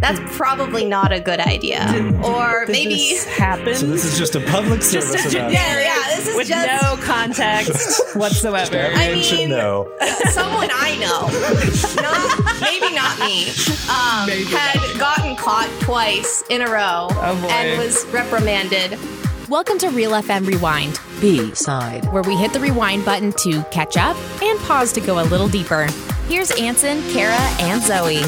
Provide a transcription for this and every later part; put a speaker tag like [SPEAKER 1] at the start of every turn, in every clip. [SPEAKER 1] That's probably not a good idea. or
[SPEAKER 2] Did
[SPEAKER 1] maybe.
[SPEAKER 2] this happen
[SPEAKER 3] So this is just a public service
[SPEAKER 2] a-
[SPEAKER 3] announcement.
[SPEAKER 1] yeah, yeah, this is
[SPEAKER 2] with
[SPEAKER 1] just
[SPEAKER 2] no context whatsoever.
[SPEAKER 1] I
[SPEAKER 3] Everyone should
[SPEAKER 1] mean-
[SPEAKER 3] know.
[SPEAKER 1] someone I know, not, maybe not me, um, had gotten caught twice in a row
[SPEAKER 2] Oh, boy.
[SPEAKER 1] and was reprimanded.
[SPEAKER 4] Welcome to Real FM Rewind,
[SPEAKER 5] B side.
[SPEAKER 4] where we hit the rewind button to catch up and pause to go a little deeper. Here's Anson, Kara, and Zoe.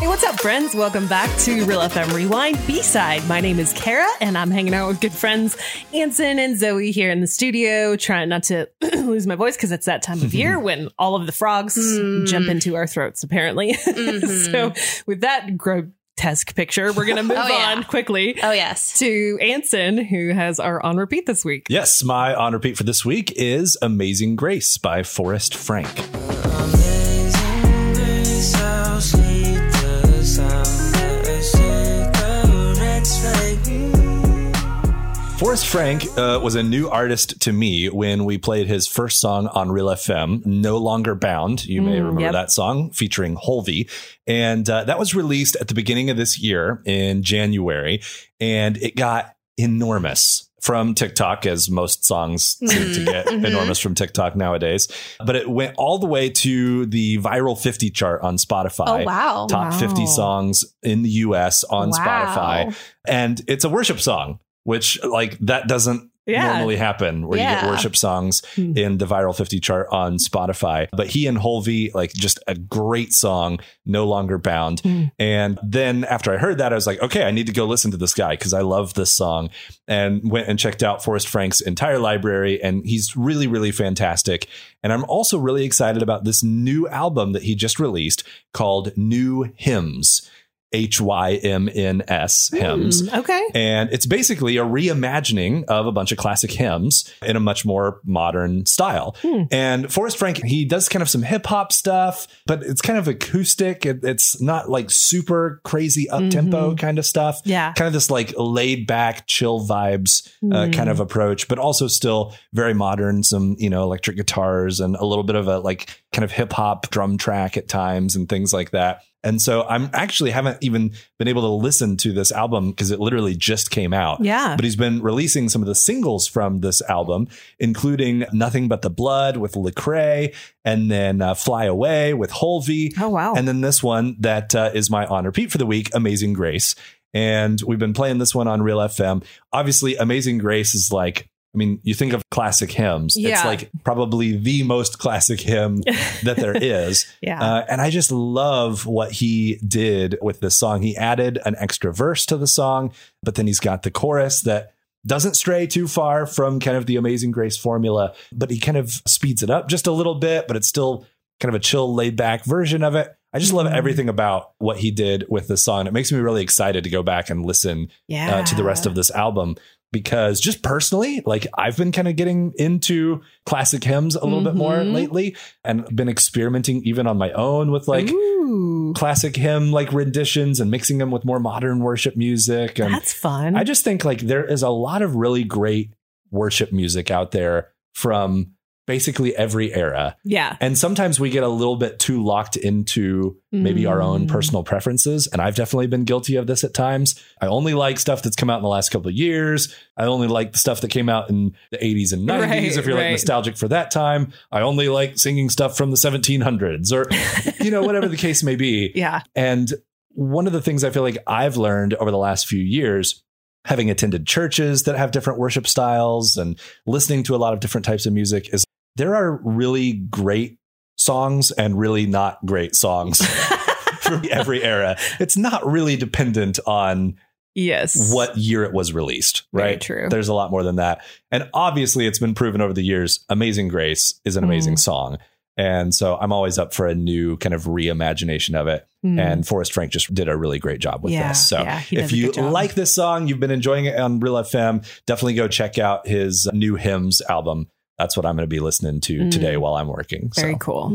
[SPEAKER 2] Hey, what's up, friends? Welcome back to Real FM Rewind B side. My name is Kara, and I'm hanging out with good friends Anson and Zoe here in the studio, trying not to lose my voice because it's that time of year when all of the frogs
[SPEAKER 1] Mm.
[SPEAKER 2] jump into our throats, apparently. so, with that grotesque picture, we're going to move
[SPEAKER 1] Mm-hmm. Oh, yeah.
[SPEAKER 2] on quickly
[SPEAKER 1] Oh, yes.
[SPEAKER 2] to Anson, who has our on repeat this week.
[SPEAKER 3] Yes, my on repeat for this week is Amazing Grace by Forrest Frank. Forrest Frank uh, was a new artist to me when we played his first song on Real FM, No Longer Bound. You may
[SPEAKER 2] Mm,
[SPEAKER 3] remember
[SPEAKER 2] yep.
[SPEAKER 3] that song featuring Holvey. And uh, that was released at the beginning of this year in January. And it got enormous from TikTok, as most songs seem
[SPEAKER 1] Mm-hmm.
[SPEAKER 3] to get enormous from TikTok nowadays. But it went all the way to the viral 50 chart on Spotify
[SPEAKER 1] Oh, wow.
[SPEAKER 3] top 50
[SPEAKER 2] Wow.
[SPEAKER 3] songs in the US on
[SPEAKER 1] Wow.
[SPEAKER 3] Spotify. And it's a worship song, which like that doesn't
[SPEAKER 2] Yeah.
[SPEAKER 3] normally happen where you get
[SPEAKER 1] Yeah.
[SPEAKER 3] worship songs
[SPEAKER 2] Hmm.
[SPEAKER 3] in the viral 50 chart on Spotify. But he and Holvey, like just a great song, no longer bound.
[SPEAKER 2] Hmm.
[SPEAKER 3] And then after I heard that, I was like, okay, I need to go listen to this guy because I love this song. And went and checked out Forrest Frank's entire library. And he's really, really fantastic. And I'm also really excited about this new album that he just released called New Hymns, H Y M N S, hymns.
[SPEAKER 2] Mm, Okay.
[SPEAKER 3] And it's basically a reimagining of a bunch of classic hymns in a much more modern style.
[SPEAKER 2] Hmm.
[SPEAKER 3] And Forrest Frank, he does kind of some hip hop stuff, but it's kind of acoustic. It, it's not like super crazy up tempo kind of stuff.
[SPEAKER 2] Mm-hmm. Yeah. Hmm.
[SPEAKER 3] Kind of this like laid back, chill vibes uh, kind of approach, but also still very modern. Some, you know, electric guitars and a little bit of a like kind of hip hop drum track at times and things like that. And so I'm actually haven't even been able to listen to this album because it literally just came out.
[SPEAKER 2] Yeah.
[SPEAKER 3] But he's been releasing some of the singles from this album, including Nothing But the Blood with Lecrae and then uh, Fly Away with Holvey.
[SPEAKER 2] Oh, wow.
[SPEAKER 3] And then this one that uh, is my on repeat for the week, Amazing Grace. And we've been playing this one on Real FM. Obviously, Amazing Grace is like, I mean, you think of classic hymns. It's
[SPEAKER 2] Yeah.
[SPEAKER 3] like probably the most classic hymn that there is.
[SPEAKER 2] Yeah.
[SPEAKER 3] Uh, and I just love what he did with this song. He added an extra verse to the song, but then he's got the chorus that doesn't stray too far from kind of the Amazing Grace formula, but he kind of speeds it up just a little bit, but it's still kind of a chill, laid back version of it. I just love everything about what he did with this song. It makes me really excited to go back and listen
[SPEAKER 2] yeah.
[SPEAKER 3] uh, to the rest of this album because just personally like i've been kind of getting into classic hymns a little bit more
[SPEAKER 2] Mhm.
[SPEAKER 3] lately and been experimenting even on my own with like
[SPEAKER 2] Ooh,
[SPEAKER 3] classic hymn like renditions and mixing them with more modern worship music and
[SPEAKER 2] that's fun.
[SPEAKER 3] i just think like there is a lot of really great worship music out there from basically every era
[SPEAKER 2] yeah.
[SPEAKER 3] and sometimes we get a little bit too locked into maybe our own
[SPEAKER 2] Mm.
[SPEAKER 3] personal preferences. And I've definitely been guilty of this at times. I only like stuff that's come out in the last couple of years. I only like the stuff that came out in the 80s and 90s
[SPEAKER 2] Right,
[SPEAKER 3] if you're like
[SPEAKER 2] right.
[SPEAKER 3] nostalgic for that time. I only like singing stuff from the 1700s or, you know, whatever the case may be.
[SPEAKER 2] Yeah.
[SPEAKER 3] And one of the things I feel like I've learned over the last few years, having attended churches that have different worship styles and listening to a lot of different types of music, is there are really great songs and really not great songs from every era. It's not really dependent on
[SPEAKER 2] Yes.
[SPEAKER 3] what year it was released,
[SPEAKER 2] Very
[SPEAKER 3] right?
[SPEAKER 2] true.
[SPEAKER 3] There's a lot more than that. And obviously, it's been proven over the years Amazing Grace is an amazing
[SPEAKER 2] Mm.
[SPEAKER 3] song. And so I'm always up for a new kind of reimagination of it
[SPEAKER 2] Mm.
[SPEAKER 3] and Forrest Frank just did a really great job with
[SPEAKER 2] Yeah,
[SPEAKER 3] this. So
[SPEAKER 2] yeah, he does
[SPEAKER 3] if
[SPEAKER 2] a
[SPEAKER 3] you
[SPEAKER 2] good job.
[SPEAKER 3] like this song, you've been enjoying it on Real FM, definitely go check out his new hymns album. That's what I'm going to be listening to
[SPEAKER 2] Mm.
[SPEAKER 3] today while I'm working.
[SPEAKER 2] very
[SPEAKER 3] so.
[SPEAKER 2] cool.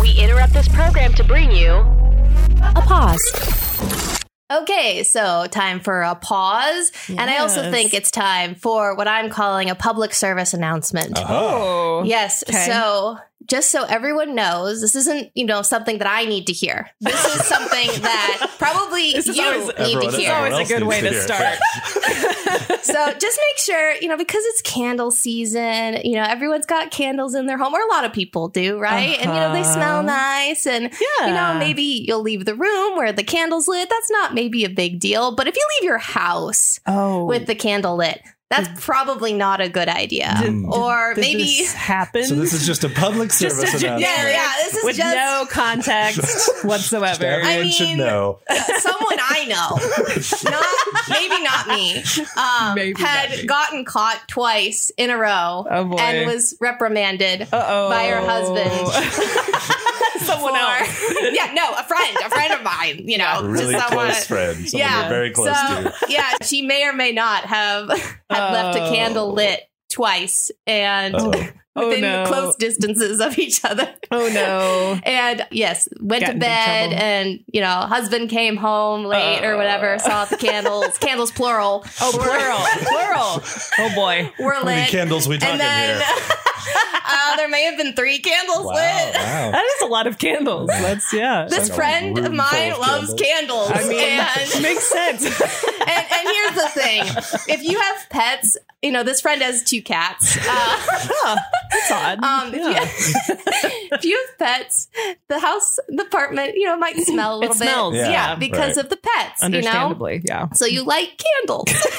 [SPEAKER 6] We interrupt this program to bring you
[SPEAKER 4] A pause.
[SPEAKER 1] Okay, so time for a pause. And I also
[SPEAKER 2] Yes.
[SPEAKER 1] think it's time for what I'm calling a public service announcement.
[SPEAKER 3] Uh-huh.
[SPEAKER 2] Oh.
[SPEAKER 1] Yes.
[SPEAKER 2] Okay.
[SPEAKER 1] So just so everyone knows, this isn't, you know, something that I need to hear. This is something that probably you
[SPEAKER 2] This is always-
[SPEAKER 1] need
[SPEAKER 3] Everyone-
[SPEAKER 1] to
[SPEAKER 2] It's
[SPEAKER 1] hear.
[SPEAKER 3] everyone
[SPEAKER 2] always a
[SPEAKER 3] else
[SPEAKER 2] good
[SPEAKER 3] needs
[SPEAKER 2] way to
[SPEAKER 3] hear
[SPEAKER 2] start.
[SPEAKER 3] it.
[SPEAKER 1] So just make sure, you know, because it's candle season, you know, everyone's got candles in their home, or a lot of people do, right? And, you know, they
[SPEAKER 2] Uh-huh.
[SPEAKER 1] smell nice. And, you
[SPEAKER 2] Yeah.
[SPEAKER 1] know, maybe you'll leave the room where the candle's lit. That's not maybe a big deal. But if you leave your house
[SPEAKER 2] Oh,
[SPEAKER 1] with the candle lit, that's probably not a good idea.
[SPEAKER 3] Did-
[SPEAKER 1] or
[SPEAKER 2] Did
[SPEAKER 1] maybe.
[SPEAKER 2] this happen?
[SPEAKER 3] Mm. So this is just a public
[SPEAKER 2] Just
[SPEAKER 3] service
[SPEAKER 2] a gen-
[SPEAKER 3] announcement.
[SPEAKER 1] yeah, yeah, this is
[SPEAKER 2] with
[SPEAKER 1] just
[SPEAKER 2] no context whatsoever.
[SPEAKER 3] Everyone
[SPEAKER 1] I
[SPEAKER 3] should
[SPEAKER 1] mean-
[SPEAKER 3] know.
[SPEAKER 1] someone I know, not maybe not me, um,
[SPEAKER 2] Maybe not
[SPEAKER 1] had
[SPEAKER 2] me.
[SPEAKER 1] gotten caught twice in a row
[SPEAKER 2] Oh, boy.
[SPEAKER 1] and was reprimanded
[SPEAKER 2] Uh-oh.
[SPEAKER 1] by her husband.
[SPEAKER 2] Someone else.
[SPEAKER 1] for- yeah, no, a friend, a friend of mine, you know, just
[SPEAKER 3] Really
[SPEAKER 1] someone.
[SPEAKER 3] close friend. Someone
[SPEAKER 1] Yeah.
[SPEAKER 3] you're very close
[SPEAKER 1] so
[SPEAKER 3] to.
[SPEAKER 1] yeah, she may or may not have had left a candle
[SPEAKER 2] Oh.
[SPEAKER 1] lit twice and
[SPEAKER 3] Uh-oh.
[SPEAKER 2] Oh,
[SPEAKER 1] within
[SPEAKER 2] no.
[SPEAKER 1] close distances of each other.
[SPEAKER 2] Oh no.
[SPEAKER 1] And yes, went
[SPEAKER 2] Got
[SPEAKER 1] to
[SPEAKER 2] into
[SPEAKER 1] bed
[SPEAKER 2] trouble.
[SPEAKER 1] and, you know, husband came home late or whatever,
[SPEAKER 2] Uh.
[SPEAKER 1] saw the candles, candles plural.
[SPEAKER 2] Oh, plural. plural. Oh boy.
[SPEAKER 1] Were
[SPEAKER 3] How many
[SPEAKER 1] lit.
[SPEAKER 3] candles we talking
[SPEAKER 1] and then
[SPEAKER 3] here?
[SPEAKER 1] uh, there may have been three candles
[SPEAKER 3] Wow,
[SPEAKER 1] lit.
[SPEAKER 3] wow.
[SPEAKER 2] That is a lot of candles. That's yeah.
[SPEAKER 1] This
[SPEAKER 3] Like a
[SPEAKER 1] friend of
[SPEAKER 3] room
[SPEAKER 1] mine
[SPEAKER 3] full of
[SPEAKER 1] loves candles.
[SPEAKER 2] I mean,
[SPEAKER 1] and,
[SPEAKER 2] makes sense.
[SPEAKER 1] and, and here's the thing if you have pets, you know, this friend has two cats. Uh,
[SPEAKER 2] Huh. That's odd.
[SPEAKER 1] um,
[SPEAKER 2] Yeah.
[SPEAKER 1] if, you, if you have pets, the house, the apartment, you know, might smell a little bit.
[SPEAKER 2] smells,
[SPEAKER 1] yeah,
[SPEAKER 2] yeah.
[SPEAKER 1] because
[SPEAKER 3] Right.
[SPEAKER 1] of the pets. You know?
[SPEAKER 2] Understandably, yeah.
[SPEAKER 1] So you light candles to,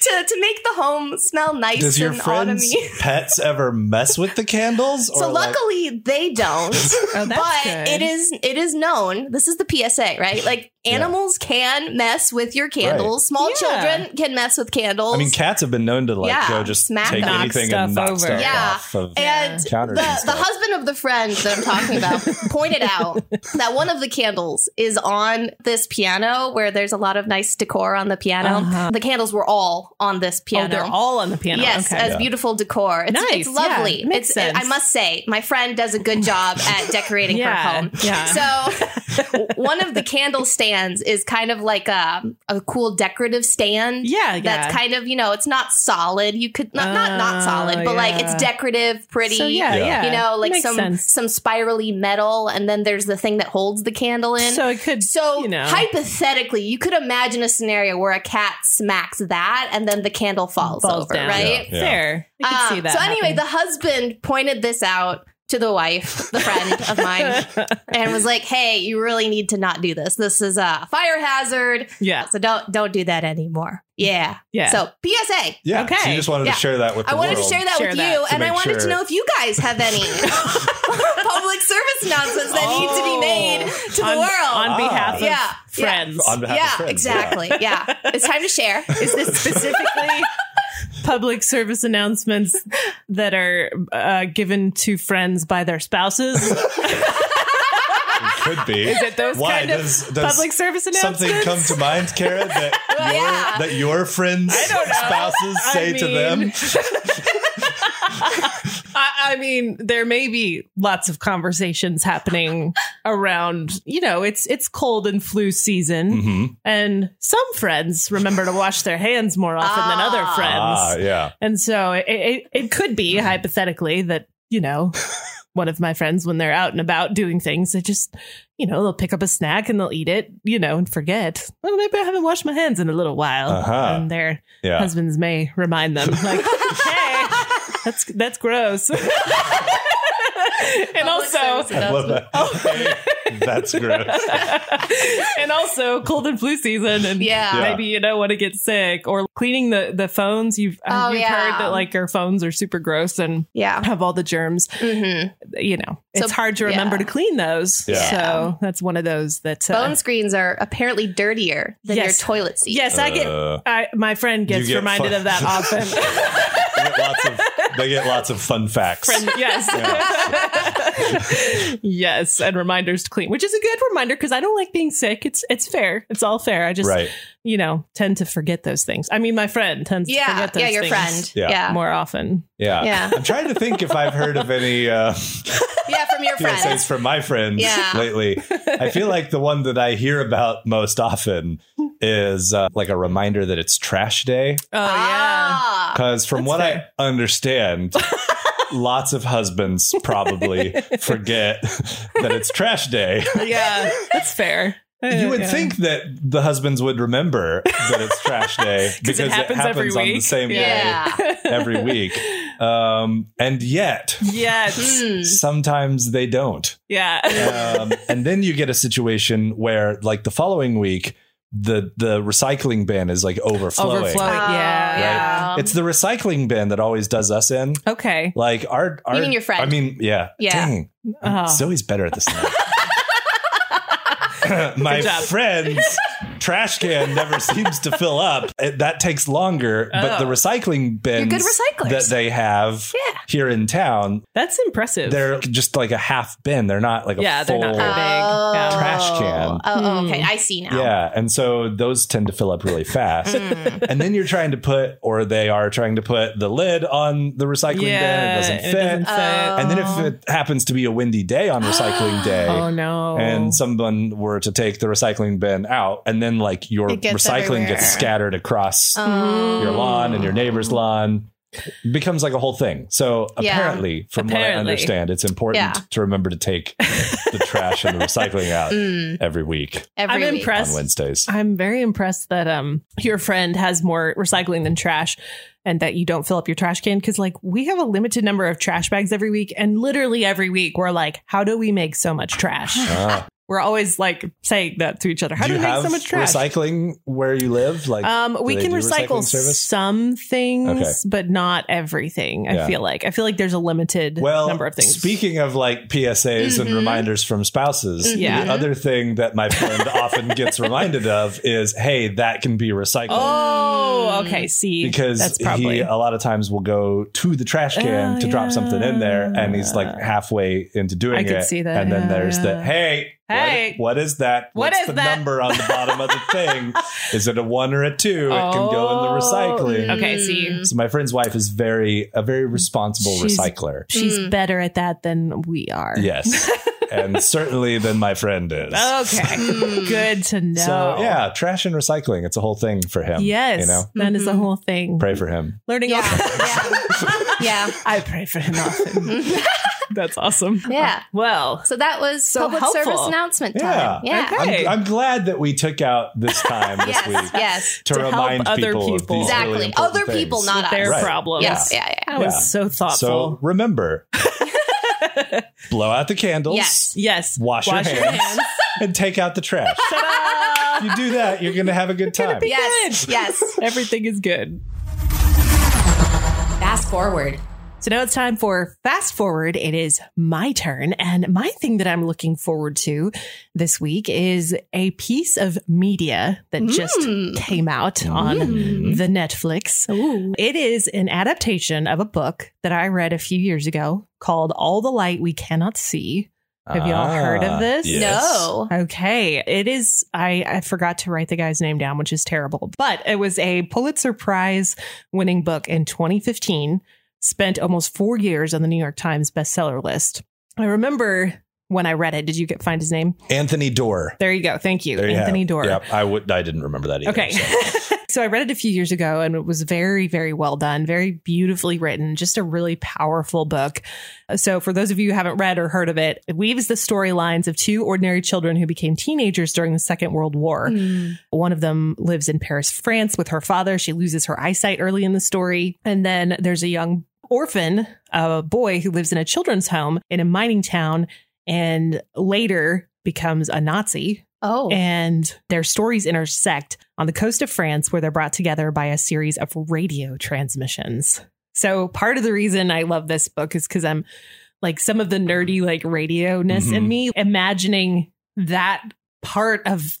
[SPEAKER 1] to make the home smell nice
[SPEAKER 3] Does your
[SPEAKER 1] and
[SPEAKER 3] friends'
[SPEAKER 1] autumny.
[SPEAKER 3] pets ever mess with the candles?
[SPEAKER 1] So
[SPEAKER 3] Or, like-
[SPEAKER 1] luckily they don't.
[SPEAKER 2] Oh, that's
[SPEAKER 1] but
[SPEAKER 2] good.
[SPEAKER 1] it is it is known. This is the PSA, right? Like animals can mess with your candles. Small
[SPEAKER 2] Yeah.
[SPEAKER 1] children can mess with candles.
[SPEAKER 3] I mean, cats have been known to like
[SPEAKER 1] Yeah,
[SPEAKER 3] go just
[SPEAKER 1] smack
[SPEAKER 3] take
[SPEAKER 1] them. Knock
[SPEAKER 3] anything
[SPEAKER 2] stuff
[SPEAKER 3] and knock
[SPEAKER 2] over.
[SPEAKER 3] stuff
[SPEAKER 1] Yeah.
[SPEAKER 3] off of
[SPEAKER 1] and the,
[SPEAKER 3] counters. and
[SPEAKER 1] the
[SPEAKER 3] stuff.
[SPEAKER 1] husband of the friend that I'm talking about pointed out that one of the candles is on this piano where there's a lot of nice decor on the piano.
[SPEAKER 2] Uh-huh.
[SPEAKER 1] The candles were all on this piano.
[SPEAKER 2] Oh, they're all on the piano.
[SPEAKER 1] Yes,
[SPEAKER 2] Okay.
[SPEAKER 1] as beautiful decor. It's,
[SPEAKER 2] Nice,
[SPEAKER 1] it's lovely.
[SPEAKER 2] yeah, makes
[SPEAKER 1] it's,
[SPEAKER 2] sense.
[SPEAKER 1] I must say, my friend does a good job at decorating
[SPEAKER 2] Yeah,
[SPEAKER 1] her home.
[SPEAKER 2] yeah.
[SPEAKER 1] So one of the candle stands is kind of like a, a cool decorative stand.
[SPEAKER 2] Yeah, yeah.
[SPEAKER 1] That's kind of, you know, it's not solid. You could not not, not solid,
[SPEAKER 2] Oh,
[SPEAKER 1] but like
[SPEAKER 2] yeah.
[SPEAKER 1] it's decorative, pretty.
[SPEAKER 2] So, yeah,
[SPEAKER 3] Yeah.
[SPEAKER 2] yeah.
[SPEAKER 1] You know, like
[SPEAKER 2] Makes
[SPEAKER 1] some
[SPEAKER 2] sense.
[SPEAKER 1] some spirally metal, and then there's the thing that holds the candle in.
[SPEAKER 2] So it could.
[SPEAKER 1] So
[SPEAKER 2] you know.
[SPEAKER 1] hypothetically, you could imagine a scenario where a cat smacks that and then the candle falls,
[SPEAKER 2] Falls
[SPEAKER 1] over,
[SPEAKER 2] down.
[SPEAKER 1] right?
[SPEAKER 3] Yeah.
[SPEAKER 2] Fair. I can
[SPEAKER 1] Um,
[SPEAKER 2] see that.
[SPEAKER 1] so anyway, the husband pointed this out to the wife, the friend of mine, and was like, "Hey, you really need to not do this. This is a fire hazard.
[SPEAKER 2] yeah.
[SPEAKER 1] So don't don't do that anymore." Yeah.
[SPEAKER 2] Yeah.
[SPEAKER 1] So PSA.
[SPEAKER 3] yeah,
[SPEAKER 2] okay.
[SPEAKER 3] so you just wanted
[SPEAKER 1] Yeah.
[SPEAKER 3] to share that with the
[SPEAKER 1] I wanted to
[SPEAKER 3] world.
[SPEAKER 1] share that
[SPEAKER 2] Share
[SPEAKER 1] with
[SPEAKER 2] that.
[SPEAKER 1] you,
[SPEAKER 2] To
[SPEAKER 1] and I
[SPEAKER 3] make
[SPEAKER 1] wanted to
[SPEAKER 3] sure.
[SPEAKER 1] know if you guys have any public service announcements that need to be made to
[SPEAKER 2] on,
[SPEAKER 1] the world. Oh,
[SPEAKER 2] on
[SPEAKER 3] Ah.
[SPEAKER 2] behalf of
[SPEAKER 1] Yeah, yeah.
[SPEAKER 2] friends.
[SPEAKER 3] on behalf of
[SPEAKER 1] yeah,
[SPEAKER 3] friends.
[SPEAKER 1] exactly. Yeah. It's time to share.
[SPEAKER 2] Is this specifically public service announcements that are uh, given to friends by their spouses?
[SPEAKER 3] It could be.
[SPEAKER 2] Is it those
[SPEAKER 3] Why
[SPEAKER 2] kind
[SPEAKER 3] does,
[SPEAKER 2] of
[SPEAKER 3] does
[SPEAKER 2] public service announcements?
[SPEAKER 3] something come to mind, Kara? That your,
[SPEAKER 1] yeah.
[SPEAKER 3] that your friends'
[SPEAKER 2] don't know.
[SPEAKER 3] spouses
[SPEAKER 2] I
[SPEAKER 3] say to them.
[SPEAKER 2] mean- I, I mean, there may be lots of conversations happening around. You know, it's it's cold and flu season,
[SPEAKER 3] Mhm.
[SPEAKER 2] and some friends remember to wash their hands more often than other
[SPEAKER 1] Ah.
[SPEAKER 2] friends.
[SPEAKER 3] Ah, yeah. Mm-hmm.
[SPEAKER 2] And so it, it, it could be hypothetically that, you know, one of my friends, when they're out and about doing things, they just, you know, they'll pick up a snack and they'll eat it, you know, and forget. Oh, maybe I haven't washed my hands in a little while.
[SPEAKER 3] Uh-huh.
[SPEAKER 2] And their
[SPEAKER 3] Yeah.
[SPEAKER 2] husbands may remind them, like, hey, that's, that's gross. and also,
[SPEAKER 3] I love that.
[SPEAKER 2] Oh.
[SPEAKER 3] Hey, that's gross.
[SPEAKER 2] and also cold and flu season and
[SPEAKER 1] Yeah.
[SPEAKER 3] Yeah.
[SPEAKER 2] maybe you don't want to get sick or cleaning the the phones you've uh,
[SPEAKER 1] Oh,
[SPEAKER 2] you've
[SPEAKER 1] yeah.
[SPEAKER 2] heard that like your phones are super gross and
[SPEAKER 1] Yeah.
[SPEAKER 2] have all the germs
[SPEAKER 1] Mm-hmm.
[SPEAKER 2] you know
[SPEAKER 1] So-
[SPEAKER 2] it's hard to remember
[SPEAKER 1] yeah.
[SPEAKER 2] to clean those
[SPEAKER 3] Yeah.
[SPEAKER 2] so that's one of those that uh,
[SPEAKER 1] Phone screens are apparently dirtier than
[SPEAKER 2] Yes.
[SPEAKER 1] your toilet seat.
[SPEAKER 2] yes i get
[SPEAKER 3] Uh.
[SPEAKER 2] I, my friend gets
[SPEAKER 3] get
[SPEAKER 2] reminded
[SPEAKER 3] fu-
[SPEAKER 2] of that often
[SPEAKER 3] They get lots of, they get lots of fun facts.
[SPEAKER 2] yes yes and reminders to clean which is a good reminder because i don't like being sick it's it's fair it's all fair i just
[SPEAKER 3] Right.
[SPEAKER 2] you know tend to forget those things i mean my friend tends to
[SPEAKER 1] Yeah.
[SPEAKER 2] forget those
[SPEAKER 1] Yeah. Your
[SPEAKER 2] things
[SPEAKER 1] friend.
[SPEAKER 3] Yeah.
[SPEAKER 1] Yeah. Yeah.
[SPEAKER 2] more often
[SPEAKER 3] Yeah.
[SPEAKER 1] Yeah.
[SPEAKER 3] I'm trying to think if I've heard of any uh,
[SPEAKER 1] from your friend.
[SPEAKER 3] PSAs from my friends
[SPEAKER 1] Yeah.
[SPEAKER 3] lately. I feel like the one that I hear about most often is uh, like a reminder that it's trash day.
[SPEAKER 2] oh yeah
[SPEAKER 1] Ah.
[SPEAKER 3] Because from
[SPEAKER 2] That's
[SPEAKER 3] what
[SPEAKER 2] fair.
[SPEAKER 3] I understand, lots of husbands probably forget that it's trash day.
[SPEAKER 2] yeah, that's fair.
[SPEAKER 3] You would
[SPEAKER 2] Yeah.
[SPEAKER 3] think that the husbands would remember that it's trash day because it happens,
[SPEAKER 2] happens every
[SPEAKER 3] on the
[SPEAKER 2] week.
[SPEAKER 3] same
[SPEAKER 1] Yeah.
[SPEAKER 3] day every week. Um, and yet,
[SPEAKER 2] Yes.
[SPEAKER 1] Hmm.
[SPEAKER 3] sometimes they don't.
[SPEAKER 2] Yeah.
[SPEAKER 3] um, and then you get a situation where like the following week the the recycling bin is like overflowing
[SPEAKER 2] Overflowing.
[SPEAKER 1] Oh,
[SPEAKER 2] yeah.
[SPEAKER 1] yeah.
[SPEAKER 3] it's the recycling bin that always does us in
[SPEAKER 2] Okay.
[SPEAKER 3] like our, our
[SPEAKER 1] You mean your friend.
[SPEAKER 3] i mean yeah
[SPEAKER 1] Yeah.
[SPEAKER 3] dang
[SPEAKER 2] Oh.
[SPEAKER 3] zoe's better at this than I am. my
[SPEAKER 2] Good job.
[SPEAKER 3] friend's trash can never seems to fill up It- that takes longer but
[SPEAKER 2] Oh.
[SPEAKER 3] the recycling bins
[SPEAKER 1] good recyclers.
[SPEAKER 3] that they have
[SPEAKER 1] Yeah.
[SPEAKER 3] here in town
[SPEAKER 2] That's impressive.
[SPEAKER 3] they're just like a half bin they're not like a
[SPEAKER 2] yeah, they're
[SPEAKER 3] full
[SPEAKER 2] not very
[SPEAKER 1] Oh.
[SPEAKER 2] big. Yeah.
[SPEAKER 3] Trash can.
[SPEAKER 1] Oh,
[SPEAKER 2] Hmm.
[SPEAKER 1] okay. I see now.
[SPEAKER 3] Yeah. And so those tend to fill up really fast.
[SPEAKER 1] Mm.
[SPEAKER 3] and then you're trying to put, or they are trying to put the lid on the recycling bin. It doesn't
[SPEAKER 2] and
[SPEAKER 3] fit.
[SPEAKER 1] Oh.
[SPEAKER 3] and then if it happens to be a windy day on recycling day,
[SPEAKER 2] oh no.
[SPEAKER 3] and someone were to take the recycling bin out, and then like your
[SPEAKER 1] It gets
[SPEAKER 3] recycling
[SPEAKER 1] everywhere.
[SPEAKER 3] gets scattered across
[SPEAKER 1] Um,
[SPEAKER 3] your lawn and your neighbor's lawn. It becomes like a whole thing. So
[SPEAKER 1] Yeah.
[SPEAKER 3] apparently, from what I
[SPEAKER 2] Apparently.
[SPEAKER 3] understand, it's important
[SPEAKER 1] Yeah.
[SPEAKER 3] to remember to take the trash and the recycling out
[SPEAKER 1] mm,
[SPEAKER 3] every week
[SPEAKER 1] every
[SPEAKER 2] I'm
[SPEAKER 1] week.
[SPEAKER 3] on
[SPEAKER 2] impressed.
[SPEAKER 3] Wednesdays.
[SPEAKER 2] I'm very impressed that um your friend has more recycling than trash and that you don't fill up your trash can cuz like we have a limited number of trash bags every week and literally every week we're like how do we make so much trash?
[SPEAKER 3] Ah.
[SPEAKER 2] we're always like saying that to each other. How do,
[SPEAKER 3] you
[SPEAKER 2] we make so
[SPEAKER 3] have
[SPEAKER 2] much trash?
[SPEAKER 3] Recycling where you live, like
[SPEAKER 2] um,
[SPEAKER 3] do
[SPEAKER 2] we
[SPEAKER 3] they
[SPEAKER 2] can
[SPEAKER 3] do
[SPEAKER 2] recycle
[SPEAKER 3] recycling service?
[SPEAKER 2] some things,
[SPEAKER 3] Okay.
[SPEAKER 2] but not everything.
[SPEAKER 3] Yeah.
[SPEAKER 2] I feel like I feel like there's a limited
[SPEAKER 3] well,
[SPEAKER 2] number of things. Mm-hmm.
[SPEAKER 3] Speaking of like PSAs and
[SPEAKER 1] Mhm.
[SPEAKER 3] reminders from spouses,
[SPEAKER 2] Yeah.
[SPEAKER 3] the other thing that my friend often gets reminded of is, "Hey, that can be recycled."
[SPEAKER 2] oh, okay. See,
[SPEAKER 3] Because
[SPEAKER 2] that's probably
[SPEAKER 3] he a lot of times will go to the trash can
[SPEAKER 2] Oh,
[SPEAKER 3] to drop something in there, and he's like
[SPEAKER 2] yeah.
[SPEAKER 3] halfway into doing
[SPEAKER 2] I
[SPEAKER 3] it,
[SPEAKER 2] could see that,
[SPEAKER 3] and then
[SPEAKER 2] yeah,
[SPEAKER 3] there's the
[SPEAKER 2] yeah.
[SPEAKER 3] hey, what-
[SPEAKER 2] Hey.
[SPEAKER 3] what is that?
[SPEAKER 2] What
[SPEAKER 3] What's
[SPEAKER 2] is
[SPEAKER 3] the
[SPEAKER 2] that?"
[SPEAKER 3] number on the bottom of the thing? Is it a one or a two? It can
[SPEAKER 2] Oh,
[SPEAKER 3] go in the recycling.
[SPEAKER 2] Okay, see,
[SPEAKER 3] So my friend's wife is very a very responsible
[SPEAKER 2] She's-
[SPEAKER 3] recycler.
[SPEAKER 2] she's
[SPEAKER 1] Mm.
[SPEAKER 2] better at that than we are.
[SPEAKER 3] Yes. and certainly than my friend is.
[SPEAKER 2] Oh, Okay,
[SPEAKER 1] Mm.
[SPEAKER 2] good to know.
[SPEAKER 3] So yeah, trash and recycling. It's a whole thing for him.
[SPEAKER 2] yes,
[SPEAKER 3] You know?
[SPEAKER 2] that is the whole thing.
[SPEAKER 3] Pray for him.
[SPEAKER 2] Learning all.
[SPEAKER 1] Mm-hmm. Yeah. yeah.
[SPEAKER 2] I pray for him often. that's awesome. Uh,
[SPEAKER 1] Yeah.
[SPEAKER 2] Well,
[SPEAKER 1] So that was
[SPEAKER 2] So
[SPEAKER 1] public
[SPEAKER 2] helpful.
[SPEAKER 1] service announcement time.
[SPEAKER 3] Yeah.
[SPEAKER 1] Yeah.
[SPEAKER 2] Okay.
[SPEAKER 3] I'm, I'm glad that we took out this time this
[SPEAKER 1] Yes.
[SPEAKER 3] week
[SPEAKER 1] Yes.
[SPEAKER 3] to,
[SPEAKER 2] To help
[SPEAKER 3] remind
[SPEAKER 2] other
[SPEAKER 3] people,
[SPEAKER 2] people.
[SPEAKER 3] of these really
[SPEAKER 1] Exactly.
[SPEAKER 3] important
[SPEAKER 1] Other people,
[SPEAKER 3] things.
[SPEAKER 1] not us.
[SPEAKER 2] their
[SPEAKER 3] Right.
[SPEAKER 2] problems.
[SPEAKER 1] Yes. Yeah. Yeah.
[SPEAKER 2] That
[SPEAKER 3] Yeah.
[SPEAKER 2] was so thoughtful.
[SPEAKER 3] So remember, blow out the candles.
[SPEAKER 1] Yes.
[SPEAKER 2] Yes.
[SPEAKER 3] Wash your hands. And take out the trash.
[SPEAKER 2] Ta-da!
[SPEAKER 3] you do that, you're gonna have a good time.
[SPEAKER 1] Yes. Yes.
[SPEAKER 2] Everything is good.
[SPEAKER 4] Fast forward.
[SPEAKER 2] So now it's time for fast forward. It is my turn. And my thing that I'm looking forward to this week is a piece of media that
[SPEAKER 1] Mm.
[SPEAKER 2] just came out on
[SPEAKER 1] Mm.
[SPEAKER 2] the Netflix. It is an adaptation of a book that I read a few years ago called All the Light We Cannot See. Have y'all
[SPEAKER 3] Ah,
[SPEAKER 2] heard of this?
[SPEAKER 3] yes.
[SPEAKER 1] No.
[SPEAKER 2] Okay. It is, I, I forgot to write the guy's name down, which is terrible, but it was a Pulitzer Prize winning book in 2015, spent almost four years on the New York Times bestseller list. I remember when I read it. Did you get find his name?
[SPEAKER 3] Anthony Doerr.
[SPEAKER 2] There you go. Thank you.
[SPEAKER 3] There you
[SPEAKER 2] Anthony
[SPEAKER 3] have.
[SPEAKER 2] Doerr.
[SPEAKER 3] Yep, I would. I didn't remember that either.
[SPEAKER 2] Okay.
[SPEAKER 3] so.
[SPEAKER 2] so I read it a few years ago and it was very, very well done, very beautifully written, just a really powerful book. So, for those of you who haven't read or heard of it, it weaves the storylines of two ordinary children who became teenagers during the Second World War.
[SPEAKER 4] Hmm.
[SPEAKER 2] One of them lives in Paris, France with her father. She loses her eyesight early in the story. And then there's a young orphan, a boy who lives in a children's home in a mining town and later becomes a Nazi
[SPEAKER 1] Oh.
[SPEAKER 2] and their stories intersect on the coast of France, where they're brought together by a series of radio transmissions. So, part of the reason I love this book is because I'm like some of the nerdy, like radio ness in
[SPEAKER 3] Mhm.
[SPEAKER 2] me, imagining that part of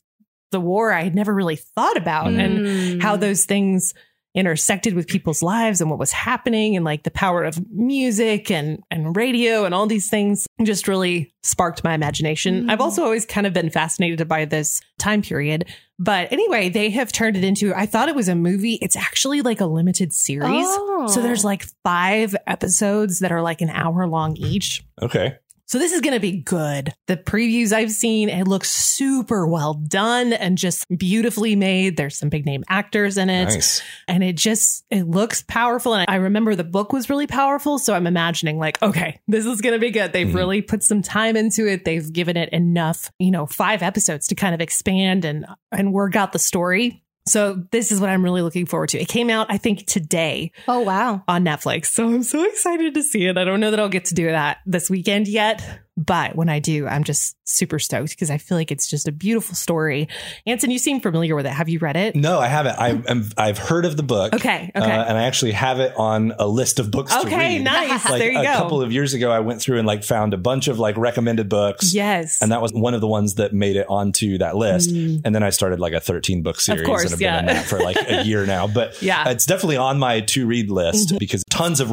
[SPEAKER 2] the war I had never really thought about and
[SPEAKER 1] Mm.
[SPEAKER 2] how those things intersected with people's lives and what was happening and like the power of music and and radio and all these things just really sparked my imagination.
[SPEAKER 1] Mm.
[SPEAKER 2] I've also always kind of been fascinated by this time period. But anyway, they have turned it into I thought it was a movie. It's actually like a limited series.
[SPEAKER 1] Oh.
[SPEAKER 2] So there's like 5 episodes that are like an hour long each.
[SPEAKER 3] Okay.
[SPEAKER 2] So this is going to be good. The previews I've seen, it looks super well done and just beautifully made. There's some big name actors in it
[SPEAKER 3] Nice.
[SPEAKER 2] and it just it looks powerful and i remember the book was really powerful so i'm imagining like okay this is going to be good they've
[SPEAKER 3] Mhm.
[SPEAKER 2] really put some time into it they've given it enough you know five episodes to kind of expand and and work out the story so this is what i'm really looking forward to it came out i think today
[SPEAKER 1] Oh wow.
[SPEAKER 2] on netflix so i'm so excited to see it i don't know that i'll get to do that this weekend yet but when i do i'm just super stoked because i feel like it's just a beautiful story anson you seem familiar with it have you read it
[SPEAKER 3] No, I haven't. I, am I've heard of the book.
[SPEAKER 2] okay okay
[SPEAKER 3] Mm. Uh, and I actually have it on a list of books to
[SPEAKER 2] Okay,
[SPEAKER 3] read.
[SPEAKER 2] nice.
[SPEAKER 3] Like
[SPEAKER 2] there you
[SPEAKER 3] a
[SPEAKER 2] go.
[SPEAKER 3] couple of years ago, I went through and like found a bunch of like recommended books.
[SPEAKER 2] yes.
[SPEAKER 3] And that was one of the ones that made it onto that list. And then I started like a 13 book series
[SPEAKER 2] Mm. course,
[SPEAKER 3] and have
[SPEAKER 2] yeah.
[SPEAKER 3] been on that for like a year now. But
[SPEAKER 2] Yeah. Mm-hmm.
[SPEAKER 3] it's definitely on my to read list because tons of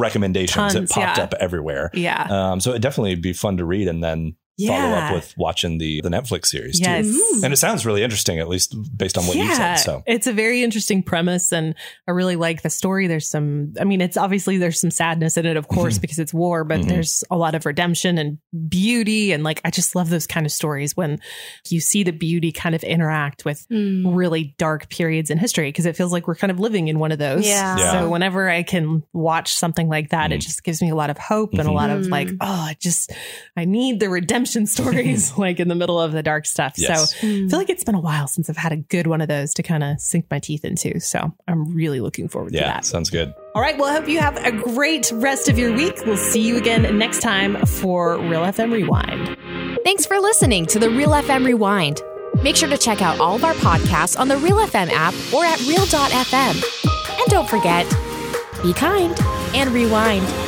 [SPEAKER 2] Tons,
[SPEAKER 3] recommendations that popped
[SPEAKER 2] yeah.
[SPEAKER 3] up everywhere.
[SPEAKER 2] yeah.
[SPEAKER 3] Um, so it'd definitely be fun to read and then follow
[SPEAKER 2] yeah.
[SPEAKER 3] up with watching the, the Netflix series
[SPEAKER 2] Yes.
[SPEAKER 3] too. And it sounds really interesting, at least based on what you said.
[SPEAKER 2] yeah,
[SPEAKER 3] So
[SPEAKER 2] it's a very interesting premise, and I really like the story. There's some, I mean, it's obviously there's some sadness in it, of
[SPEAKER 3] Mm-hmm.
[SPEAKER 2] course, because it's war, but
[SPEAKER 3] Mhm.
[SPEAKER 2] there's a lot of redemption and beauty, and like I just love those kind of stories when you see the beauty kind of interact with really dark periods in history because it feels like we're kind of living in one of those.
[SPEAKER 1] Yeah.
[SPEAKER 3] Yeah.
[SPEAKER 2] So whenever I can watch something like that, it
[SPEAKER 3] Mhm.
[SPEAKER 2] just gives me a lot of hope and a
[SPEAKER 3] Mhm.
[SPEAKER 2] lot of
[SPEAKER 1] Mm.
[SPEAKER 2] like, oh, I just I need the redemption stories like in the middle of the dark stuff.
[SPEAKER 3] Yes.
[SPEAKER 2] So I feel like it's been a while since I've had a good one of those to kind of sink my teeth into. So I'm really looking forward to
[SPEAKER 3] yeah,
[SPEAKER 2] that.
[SPEAKER 3] sounds good.
[SPEAKER 2] All right. Well, I hope you have a great rest of your week. We'll see you again next time for Real FM Rewind.
[SPEAKER 4] Thanks for listening to the Real FM Rewind. Make sure to check out all of our podcasts on the Real FM app or at Real.fm. And don't forget, be kind and rewind.